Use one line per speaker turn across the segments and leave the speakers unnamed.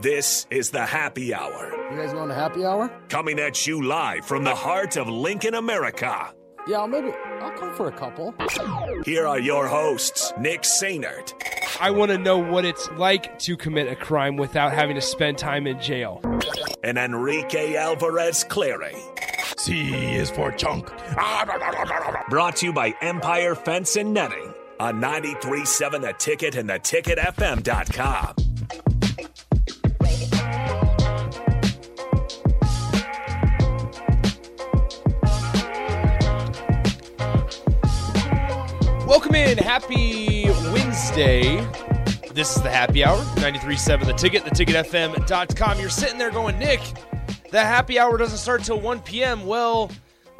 This is the happy hour
You guys going to happy hour?
coming at you live from the heart of Lincoln, America.
Yeah, I'll maybe I'll come for a couple.
Here are your hosts, Nick Sainert
I want to know what it's like to commit a crime without having to spend time in jail.
and Enrique Alvarez Clary.
C is for chunk.
Brought to you by Empire Fence and Netting on 937 The Ticket and theticketfm.com.
Welcome in. Happy Wednesday. This is the happy hour, 93.7 The Ticket, theticketfm.com. You're sitting there going, Nick, the happy hour doesn't start till 1 p.m. Well,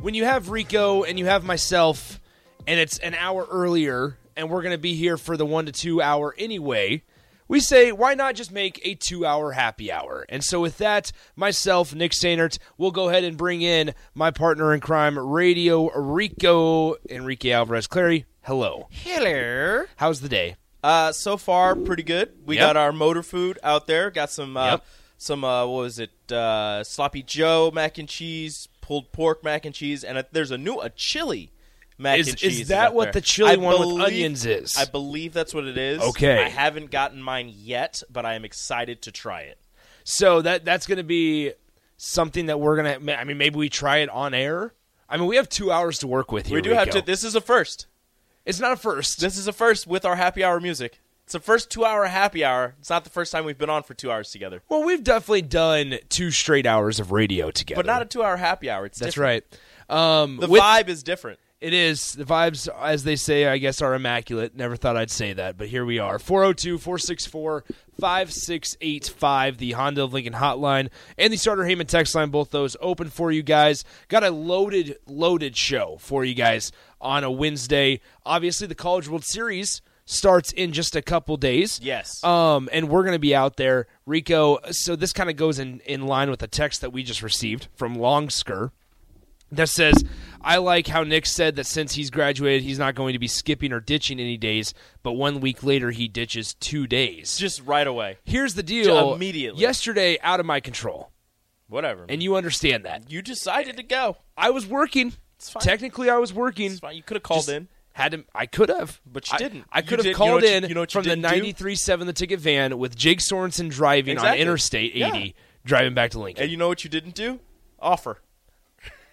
when you have Rico and you have myself, and it's an hour earlier, and we're going to be here for the one to two hour anyway, we say, why not just make a two hour happy hour? And so, with that, myself, Nick Sainert, will go ahead and bring in my partner in crime, Radio Rico, Enrique Alvarez Clary. Hello.
Hello.
How's the day?
Uh, so far, pretty good. We
Yep.
got our motor food out there. Got some, uh,
Yep.
some uh, what was it? Uh, sloppy Joe mac and cheese, pulled pork mac and cheese, and a, there's a new a chili mac
Is-
and
is
cheese.
that
up
what
there.
the chili
I
one with
believe-
onions is?
I believe that's what it is.
Okay.
I haven't gotten mine yet, but I am excited to try it.
So that that's going to be something that we're going to. I mean, maybe we try it on air. I mean, we have two hours to work with here.
we do have
Rico.
to. This is a first.
It's not a first.
This is a first with our happy hour music. It's the first two hour happy hour. It's not the first time we've been on for two hours together,
well, we've definitely done two straight hours of radio together,
but not a two hour happy hour. It's
That's
different.
right. Um,
The
with-
vibe is different.
It is. The vibes, as they say, I guess, are immaculate. Never thought I'd say that, but here we are. 402 464 5685, the Honda of Lincoln hotline, and the Starter Heyman text line, both those open for you guys. Got a loaded, loaded show for you guys on a Wednesday. Obviously, the College World Series starts in just a couple days.
Yes.
Um, and we're going to be out there. Rico, so this kind of goes in, in line with a text that we just received from Longsker that says, I like how Nick said that since he's graduated, he's not going to be skipping or ditching any days, but one week later, he ditches two days.
just right away.
Here's the deal.
Immediately.
Yesterday, out of my control.
Whatever.
And you understand that.
you decided to go.
I was working.
fine.
Technically, I was working.
It's fine. You could have called
Just
in.
Had to, I could have,
But you
I-
didn't.
I
You
could
did-
have
you know
called
what you-
in
you know what you
from the
didn't do?
93.7 the ticket van with Jake Sorensen driving on
Exactly.
Interstate 80,
Yeah.
driving back to Lincoln.
And you know what you didn't do? Offer.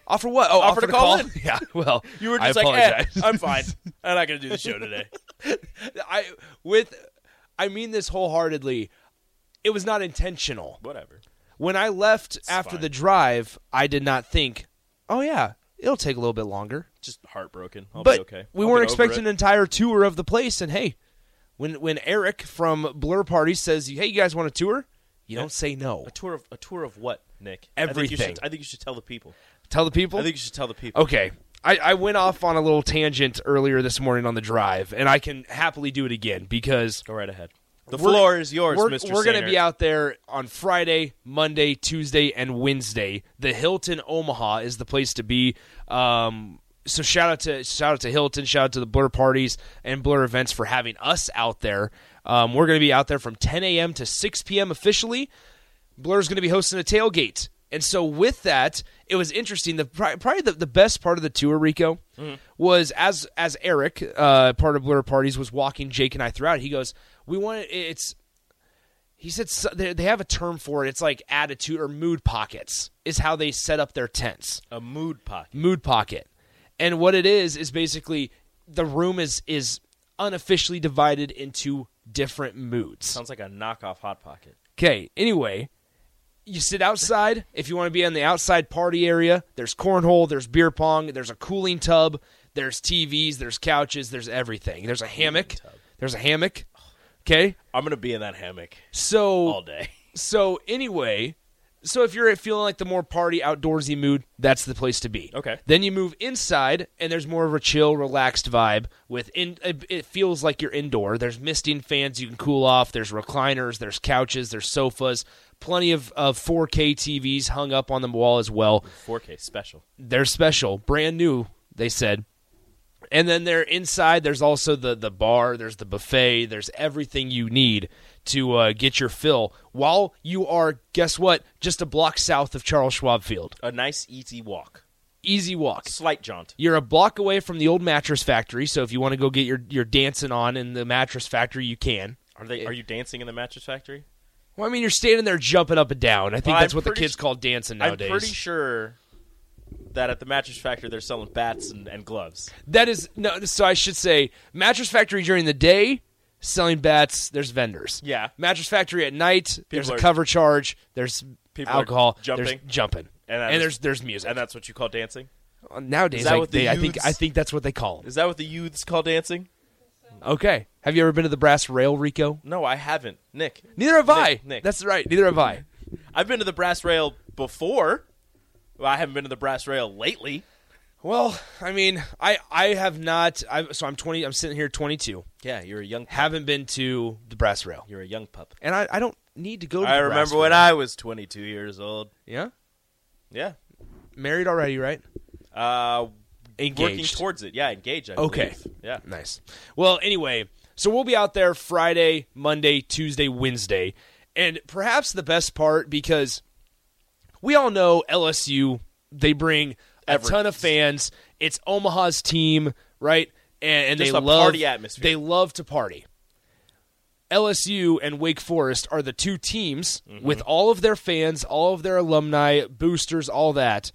offer what? Oh, offer,
to call in.
Yeah, well,
You were
I
just like, eh,
apologize.
I'm fine. I'm not going to do the show today.
I with I mean this wholeheartedly. It was not intentional.
Whatever.
When I left after the drive, I did not think, "Oh yeah, it'll take a little bit longer."
Just heartbroken. I'll
but
be okay.
we
I'll
weren't
get over
expecting an
it.
entire tour of the place and hey, when when Eric from Blur Party says, "Hey, you guys want a tour?" You don't say no.
a tour of a tour of what, Nick? I think you
Everything.
should, I think you should tell the people.
Tell the people.
I think you should tell the people.
Okay. I, I went off on a little tangent earlier this morning on the drive, and I can happily do it again because
Go right ahead. The
We're-
floor is yours,
we're,
mister
We're gonna
Sainert.
be out there on Friday, Monday, Tuesday, and Wednesday. The Hilton Omaha is the place to be. Um, so shout out to shout out to Hilton, shout out to the Blur parties and Blur events for having us out there. Um, we're gonna be out there from 10 a.m. to 6 p.m. officially. Blur's going to be hosting a tailgate. And so with that, it was interesting. The pri- probably the, the best part of the tour, Rico, was as as Eric, uh, part of Blur Parties, was walking Jake and I throughout. He goes, "We want it's." he said so, they they have a term for it. It's like attitude or mood pockets is how they set up their tents.
A mood pocket.
Mood pocket, and what it is is basically the room is is unofficially divided into different moods.
Sounds like a knockoff hot pocket.
Okay. Anyway, you sit outside if you want to be in the outside party area. There's cornhole, there's beer pong, there's a cooling tub, there's TVs, there's couches, there's everything. There's a hammock. There's a hammock. Okay.
I'm gonna be in that hammock
So
all day.
so anyway, so if you're feeling like the more party outdoorsy mood, that's the place to be.
Okay.
Then you move inside, and there's more of a chill, relaxed vibe. With in, it it feels like you're indoor. There's misting fans you can cool off. There's recliners. There's couches. There's sofas. Plenty of, of 4K TVs hung up on the wall as well.
4K special.
They're special, brand new. They said. And then there inside, there's also the the bar, there's the buffet, there's everything you need to uh, get your fill. While you are, guess what? Just a block south of Charles Schwab Field,
A nice easy walk.
easy walk.
Slight jaunt.
You're a block away from the old mattress factory, so if you want to go get your your dancing on in the mattress factory, you can.
Are they? Are you dancing in the mattress factory?
Well, I mean, you're standing there jumping up and down. I think
Well,
that's
I'm
what the
pretty
kids
s-
call dancing nowadays.
I'm pretty sure that at the mattress factory they're selling bats and, and gloves.
That is no. So I should say, mattress factory during the day selling bats. There's vendors.
Yeah.
Mattress factory at night. there's a
are-
cover charge. There's
People are
alcohol. There's
jumping.
jumping. And,
And that is-
there's there's music. Uh,
And that's what you call dancing?
nowadays.
is that
like,
what the
they- I think
youths-
I think that's what they call 'em.
Is that what the youths call dancing?
Okay. Have you ever been to the Brass Rail, Rico?
No, I haven't. Nick.
Neither have I.
Nick, Nick.
That's right. Neither have I.
I've been to the brass rail before. Well, I haven't been to the brass rail lately.
Well, I mean, I I have not. I, so I'm 20. I'm sitting here 22.
Yeah, you're a young
Haven't been to the Brass Rail,
you're a young pup.
and I, I don't need to go. to
I
the Brass
remember when
Rail.
I was 22 years old.
yeah
Yeah.
married already, right?
Uh
Engaged.
working towards it. Yeah, engage, I
Okay.
believe. Yeah.
Nice. Well, anyway, so we'll be out there Friday, Monday, Tuesday, Wednesday. And perhaps the best part because we all know LSU, they bring a ton of fans. It's Omaha's team, right? And, and
Just
they
a
love
party atmosphere.
They love to party. LSU and Wake Forest are the two teams
Mm-hmm.
with all of their fans, all of their alumni, boosters, all that.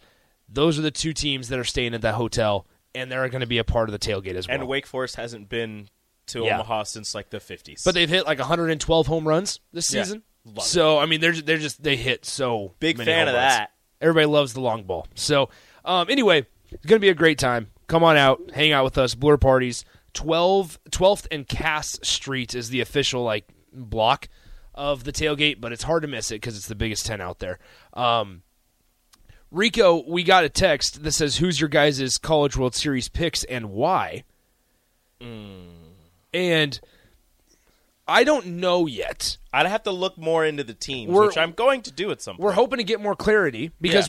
Those are the two teams that are staying at that hotel, and they're going to be a part of the tailgate as well.
And Wake Forest hasn't been to
Yeah.
Omaha since like the 50s.
but they've hit like 112 home runs this
Yeah.
season.
Love it.
So I mean, they're they're just they hit so
Big
many
fan
home
of
runs.
that.
Everybody loves the long ball. So um, anyway, it's gonna be a great time. Come on out, hang out with us. Blur parties. 12, 12th and Cass Street is the official like block of the tailgate, but it's hard to miss it because it's the biggest tent out there. Um, Rico, we got a text that says, "Who's your guys' College World Series picks and why?" And I don't know yet.
I'd have to look more into the teams,
We're-
which I'm going to do at some point.
We're hoping to get more clarity because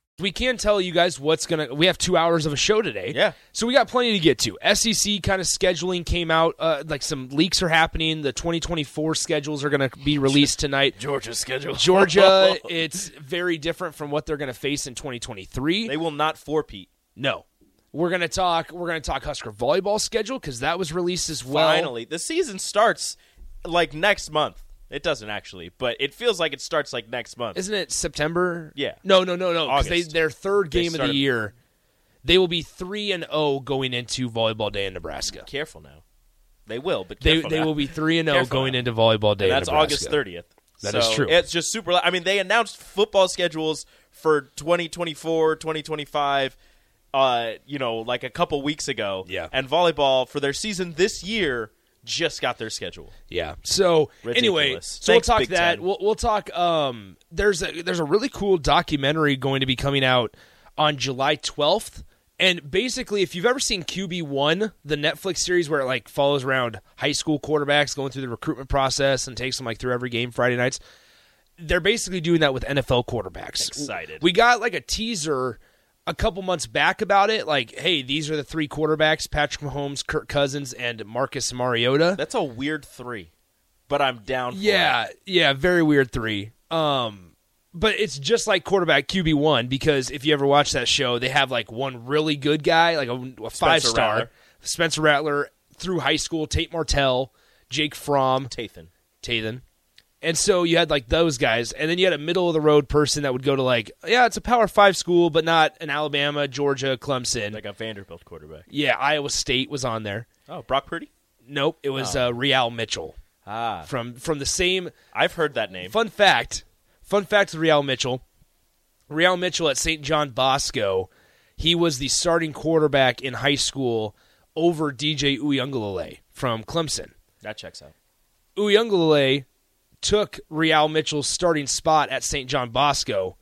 we can tell you guys what's gonna. We have two hours of a show today.
Yeah.
So we got plenty to get to. SEC kind of scheduling came out. Uh, like some leaks are happening. The 2024 schedules are gonna be released tonight.
Georgia's schedule.
Georgia, it's very different from what they're gonna face in 2023.
They will not forepeat.
no. We're gonna talk. We're gonna talk Husker volleyball schedule because that was released as well.
Finally, the season starts like next month. It doesn't actually, but it feels like it starts like next month.
isn't it September?
Yeah.
No, no, no, no. 'cause They,
August.
their third
They
game of the
started-
year, they will be three and zero going into volleyball day in Nebraska.
careful now. They will, but
They,
careful
they
now.
will be three and zero
Careful
going
now.
into volleyball day. in
And that's
Nebraska.
August 30th.
That
That is
is true.
It's just super. I mean, they announced football schedules for 2024, 2025, uh, you know, like a couple weeks ago.
Yeah.
And volleyball for their season this year just got their schedule.
Yeah. So anyway,
Ridiculous.
so
Thanks,
we'll talk
Big
that.
Ten.
We'll we'll talk. Um, there's a there's a really cool documentary going to be coming out on July 12th. And basically, if you've ever seen QB One, the Netflix series where it like follows around high school quarterbacks going through the recruitment process and takes them like through every game Friday nights, they're basically doing that with NFL quarterbacks.
Excited.
We got like a teaser a couple months back about it. Like, hey, these are the three quarterbacks: Patrick Mahomes, Kirk Cousins, and Marcus Mariota.
That's a weird three, but I'm down. For
Yeah,
it.
yeah, very weird three. Um, but it's just like quarterback QB one because if you ever watch that show, they have like one really good guy, like a, five star
Rattler.
Spencer Rattler through high school, Tate Martell, Jake Fromm,
Tathan.
Tathan. And so you had like those guys, and then you had a middle of the road person that would go to like, yeah, it's a Power Five school, but not an Alabama, Georgia, Clemson.
Like a Vanderbilt quarterback.
yeah, Iowa State was on there.
Oh, Brock Purdy?
Nope, it was
Oh.
uh, Real Mitchell
Ah.
from from the same
I've heard that name.
Fun fact. Fun fact to Real Mitchell. Real Mitchell at St. John Bosco, he was the starting quarterback in high school over DJ Uyunglele from Clemson.
That checks out.
Uyunglele took Real Mitchell's starting spot at St. John Bosco,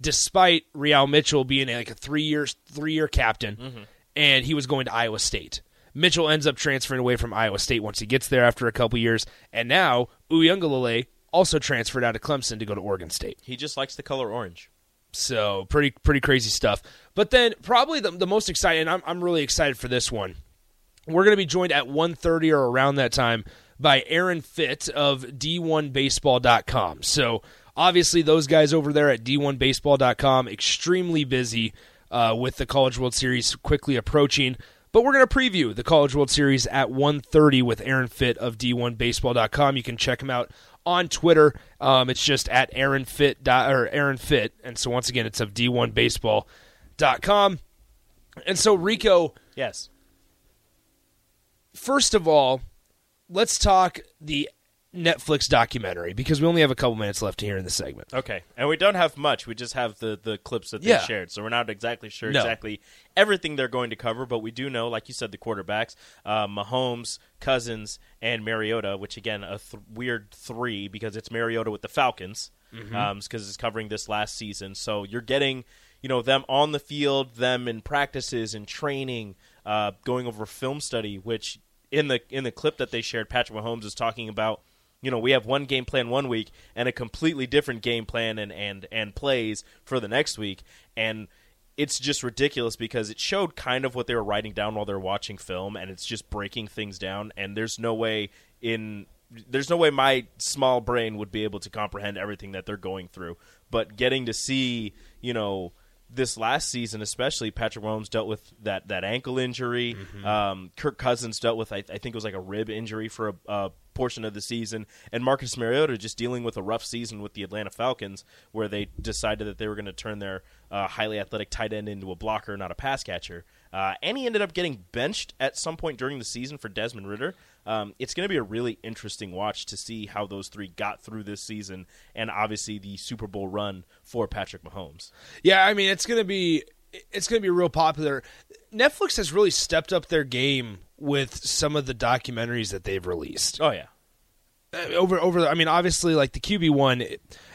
despite Real Mitchell being like a three year three year captain, and he was going to Iowa State. Mitchell ends up transferring away from Iowa State once he gets there after a couple years, and now Uyunglele also transferred out of Clemson to go to Oregon State.
He just likes the color orange.
So pretty pretty crazy stuff. But then probably the, the most exciting. and I'm I'm really excited for this one. We're going to be joined at 1.30 or around that time by Aaron Fitt of D1Baseball.com. So obviously those guys over there at D1Baseball.com extremely busy uh, with the College World Series quickly approaching. But we're going to preview the College World Series at 1.30 with Aaron Fitt of D1Baseball.com. You can check him out on Twitter. Um, it's just at Aaron Fitt, dot- or Aaron Fitt. And so once again, it's of D1Baseball.com. And so, Rico,
Yes.
first of all, let's talk the Netflix documentary because we only have a couple minutes left here in the segment.
Okay, and we don't have much. We just have the the clips that they
Yeah.
shared, so we're not exactly sure
No.
exactly everything they're going to cover. But we do know, like you said, the quarterbacks, uh, Mahomes, Cousins, and Mariota, which again a th- weird three because it's Mariota with the Falcons, because it's covering this last season. So you're getting, you know, them on the field, them in practices and training, uh, going over film study, which in the in the clip that they shared, Patrick Mahomes is talking about you know, we have one game plan one week and a completely different game plan and and and plays for the next week and it's just ridiculous because it showed kind of what they were writing down while they were watching film and it's just breaking things down and there's no way in there's no way my small brain would be able to comprehend everything that they're going through but getting to see, you know, this last season, especially Patrick Mahomes dealt with that that ankle injury. Um, Kirk Cousins dealt with I, I think it was like a rib injury for a, a portion of the season, and Marcus Mariota just dealing with a rough season with the Atlanta Falcons, where they decided that they were going to turn their uh, highly athletic tight end into a blocker, not a pass catcher. Uh, and he ended up getting benched at some point during the season for Desmond Ritter. Um, it's going to be a really interesting watch to see how those three got through this season, and obviously the Super Bowl run for Patrick Mahomes.
Yeah, I mean it's gonna be it's gonna be real popular. Netflix has really stepped up their game with some of the documentaries that they've released.
Oh yeah,
Uh, over over I mean obviously like the QB one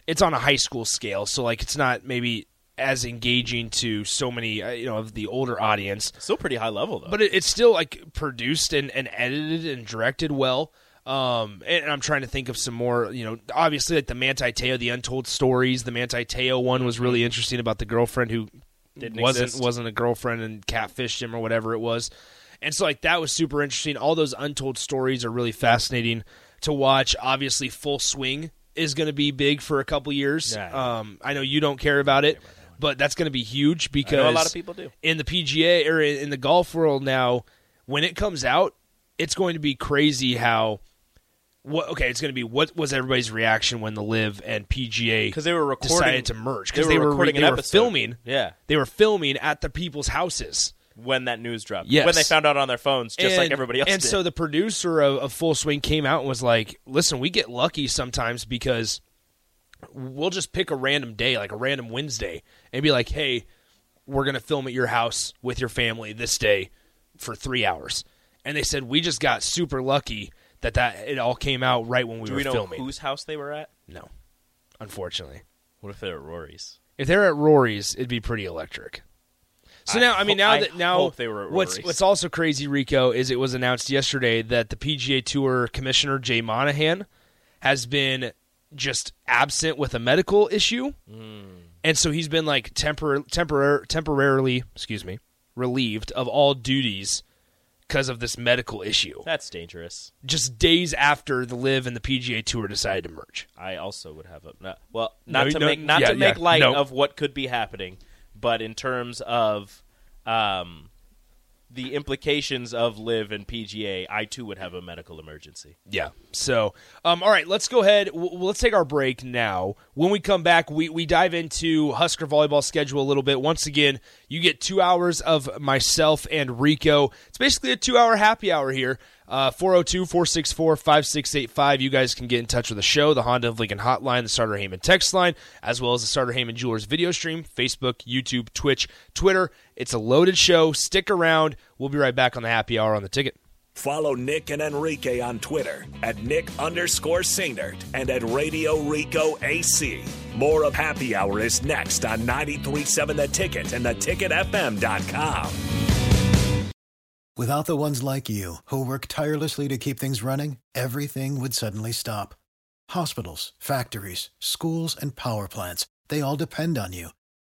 it's on a high school scale so like it's not maybe as engaging to so many uh, you know of the older audience
still pretty high level though.
but it, it's still like produced and, and edited and directed well. Um, and I'm trying to think of some more. You know, obviously like the Manti Teo, the Untold Stories. The Manti Teo one was really interesting about the girlfriend who
Didn't
wasn't
exist.
wasn't a girlfriend and catfished him or whatever it was. And so like that was super interesting. All those Untold Stories are really fascinating to watch. Obviously, Full Swing is going to be big for a couple years.
Yeah, I know.
Um, I know you don't care about it, but that's going to be huge because
know a lot of people do.
in the PGA or in in the golf world now. When it comes out, it's going to be crazy how. What, okay, it's going to be what was everybody's reaction when the Live and PGA
because they were recording
decided to merge because
they were recording
they
an
were
episode.
filming
Yeah,
they were filming at the people's houses
when that news dropped.
Yes.
when they found out on their phones, just like everybody else.
And
did.
so the producer of, of Full Swing came out and was like, "Listen, we get lucky sometimes because we'll just pick a random day, like a random Wednesday, and be like, "Hey, we're going to film at your house with your family this day for 3 hours." And they said, "We just got super lucky that that it all came out right when we
do
were
we know
filming."
whose house they were at?
no. Unfortunately.
What if they were Rory's?
If they're at Rory's, it'd be pretty electric. So
I
now, I mean, now
ho- I
that now
hope they were at
what's
Rory's.
what's also crazy, Rico, is it was announced yesterday that the PGA Tour Commissioner Jay Monahan has been just absent with a medical issue,
Hmm.
and so he's been like tempor- temporar- temporarily, excuse me, relieved of all duties because of this medical issue.
That's dangerous.
Just days after the Live and the PGA Tour decided to merge.
I also would have a no- well, not
No,
to
no,
make not
yeah,
to make
yeah,
light
no.
of what could be happening, but in terms of um, the implications of live and PGA, I too would have a medical emergency.
Yeah. So, um, all right, let's go ahead. W- w- let's take our break now. When we come back, we, we dive into Husker volleyball schedule a little bit. Once again, you get two hours of myself and Rico. It's basically a two hour happy hour here. Uh, 402 464 5685. You guys can get in touch with the show, the Honda of Lincoln hotline, the Starter Heyman text line, as well as the Starter Heyman Jewelers video stream, Facebook, YouTube, Twitch, Twitter. It's a loaded show. Stick around. We'll be right back on the happy hour on the ticket.
Follow Nick and Enrique on Twitter at Nick underscore Sainert and at Radio Rico AC. More of Happy Hour is next on 937 The Ticket and theticketfm.com.
Without the ones like you, who work tirelessly to keep things running, everything would suddenly stop. Hospitals, factories, schools, and power plants, they all depend on you.